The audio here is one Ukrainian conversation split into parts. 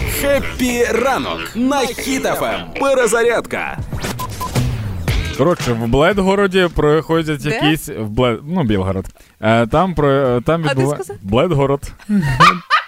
Хеппі ранок на хітафем. Перезарядка. Коротше, в Бледгороді проходять Де? якісь в Блед... ну, Білгород. Е, там про там А ти відбува... сказав? Бледгород.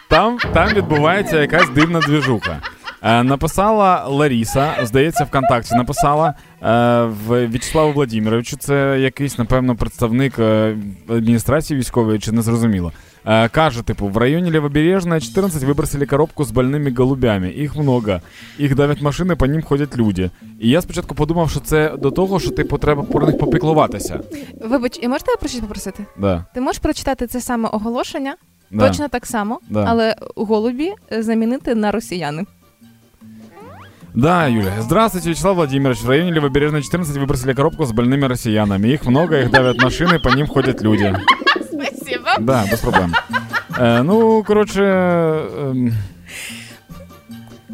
там, там відбувається якась дивна двіжуха. Е, написала Ларіса, здається, ВКонтакті написала е, в В'ячеславу Владимировичу. Це якийсь, напевно, представник е, адміністрації військової, чи не зрозуміло. Е, каже, типу, в районі Лівобережна 14 выбросили коробку з больними голубями. Їх много. Їх давлять машини, по ним ходять люди. І я спочатку подумав, що це до того, що типу треба про них попіклуватися. Вибач, і можете я про щось попросити? Да. Ти можеш прочитати це саме оголошення? Да. Точно так само, Да. але голубі е, замінити на росіяни. Да, Юля. Здравствуйте, Вячеслав Владимирович. В районе Левобережной 14 выбросили коробку с больными россиянами. Их много, их давят машины, по ним ходят люди. Спасибо. Да, без проблем. Е, ну, коротше. ем,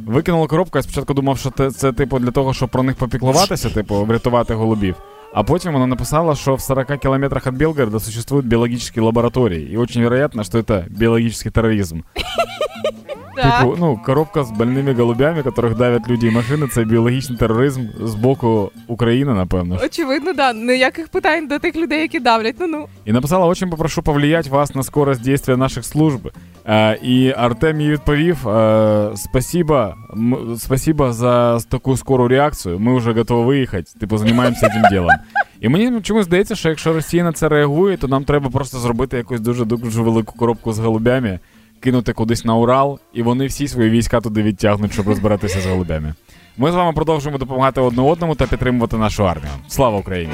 Викинула коробку, я спочатку думав, що це, це типу для того, щоб про них попіклуватися, типу, врятувати голубів. А потім вона написала, що в 40 кілометрах від Білгорода существують біологічні лабораторії. І дуже вероятно, що це біологічний тероризм. Типу, ну, коробка з больними голубями, которых давят люди і машини, це біологічний тероризм з боку України, напевно. ж. Очевидно, да. Ніяких питань до тих людей, які давлять. Ну ну. І написала: очень попрошу повлиять вас на скорость действия наших служб. Е, і Артем їй відповів: е, спасибо, м- спасибо за таку скору реакцію. Ми вже готові виїхати. Типу, займаємося цим ділом. І мені чомусь здається, що якщо Росія на це реагує, то нам треба просто зробити якусь дуже дуже велику коробку з голубями, кинути кудись на Урал, і вони всі свої війська туди відтягнуть, щоб розбиратися з голубями. Ми з вами продовжуємо допомагати одне одному та підтримувати нашу армію. Слава Україні!